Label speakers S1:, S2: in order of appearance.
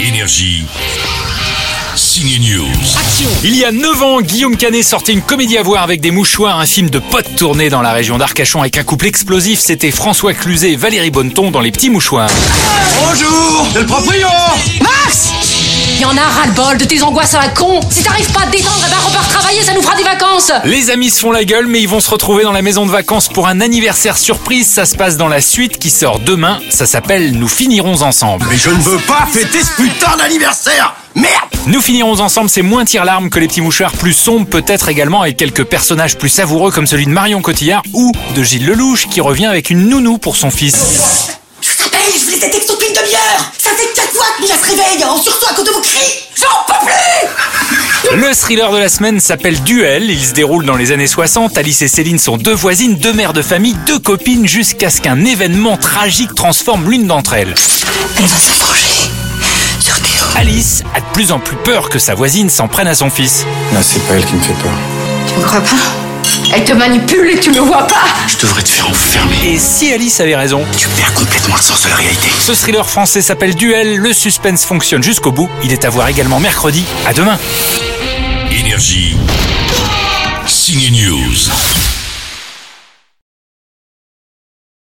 S1: Énergie. Signe News.
S2: Il y a 9 ans, Guillaume Canet sortait une comédie à voir avec des mouchoirs, un film de potes tourné dans la région d'Arcachon avec un couple explosif. C'était François Cluzet et Valérie Bonneton dans Les Petits Mouchoirs.
S3: Bonjour, c'est le proprio
S4: Max Il y en a ras-le-bol de tes angoisses à la con Si t'arrives pas à te détendre, eh ben repars travailler, ça nous fera des vacances
S2: Les amis se font la gueule, mais ils vont se retrouver dans la maison de vacances pour un anniversaire surprise. Ça se passe dans la suite qui sort demain. Ça s'appelle Nous finirons ensemble.
S3: Mais je ne veux pas fêter ce putain d'anniversaire Merde
S2: Nous finirons ensemble, c'est moins tire-larme que les petits mouchoirs, plus sombres peut-être également avec quelques personnages plus savoureux comme celui de Marion Cotillard ou de Gilles Lelouch qui revient avec une nounou pour son fils.
S5: Je vous appelle, je vous laisse des textos depuis une demi-heure Ça fait quatre fois que Mia se réveille en sursaut à cause de vos cris J'en peux plus
S2: Le thriller de la semaine s'appelle Duel. Il se déroule dans les années 60. Alice et Céline sont deux voisines, deux mères de famille, deux copines, jusqu'à ce qu'un événement tragique transforme l'une d'entre elles.
S5: Elle va s'affranchir sur Théo.
S2: Alice a de plus en plus peur que sa voisine s'en prenne à son fils.
S6: Non, c'est pas elle qui me fait peur.
S4: Tu me crois pas Elle te manipule et tu le vois pas
S3: Je devrais te faire enfermer.
S2: Et si Alice avait raison
S3: Tu perds complètement le sens de la réalité.
S2: Ce thriller français s'appelle Duel. Le suspense fonctionne jusqu'au bout. Il est à voir également mercredi. À demain.
S1: Énergie. Signe News.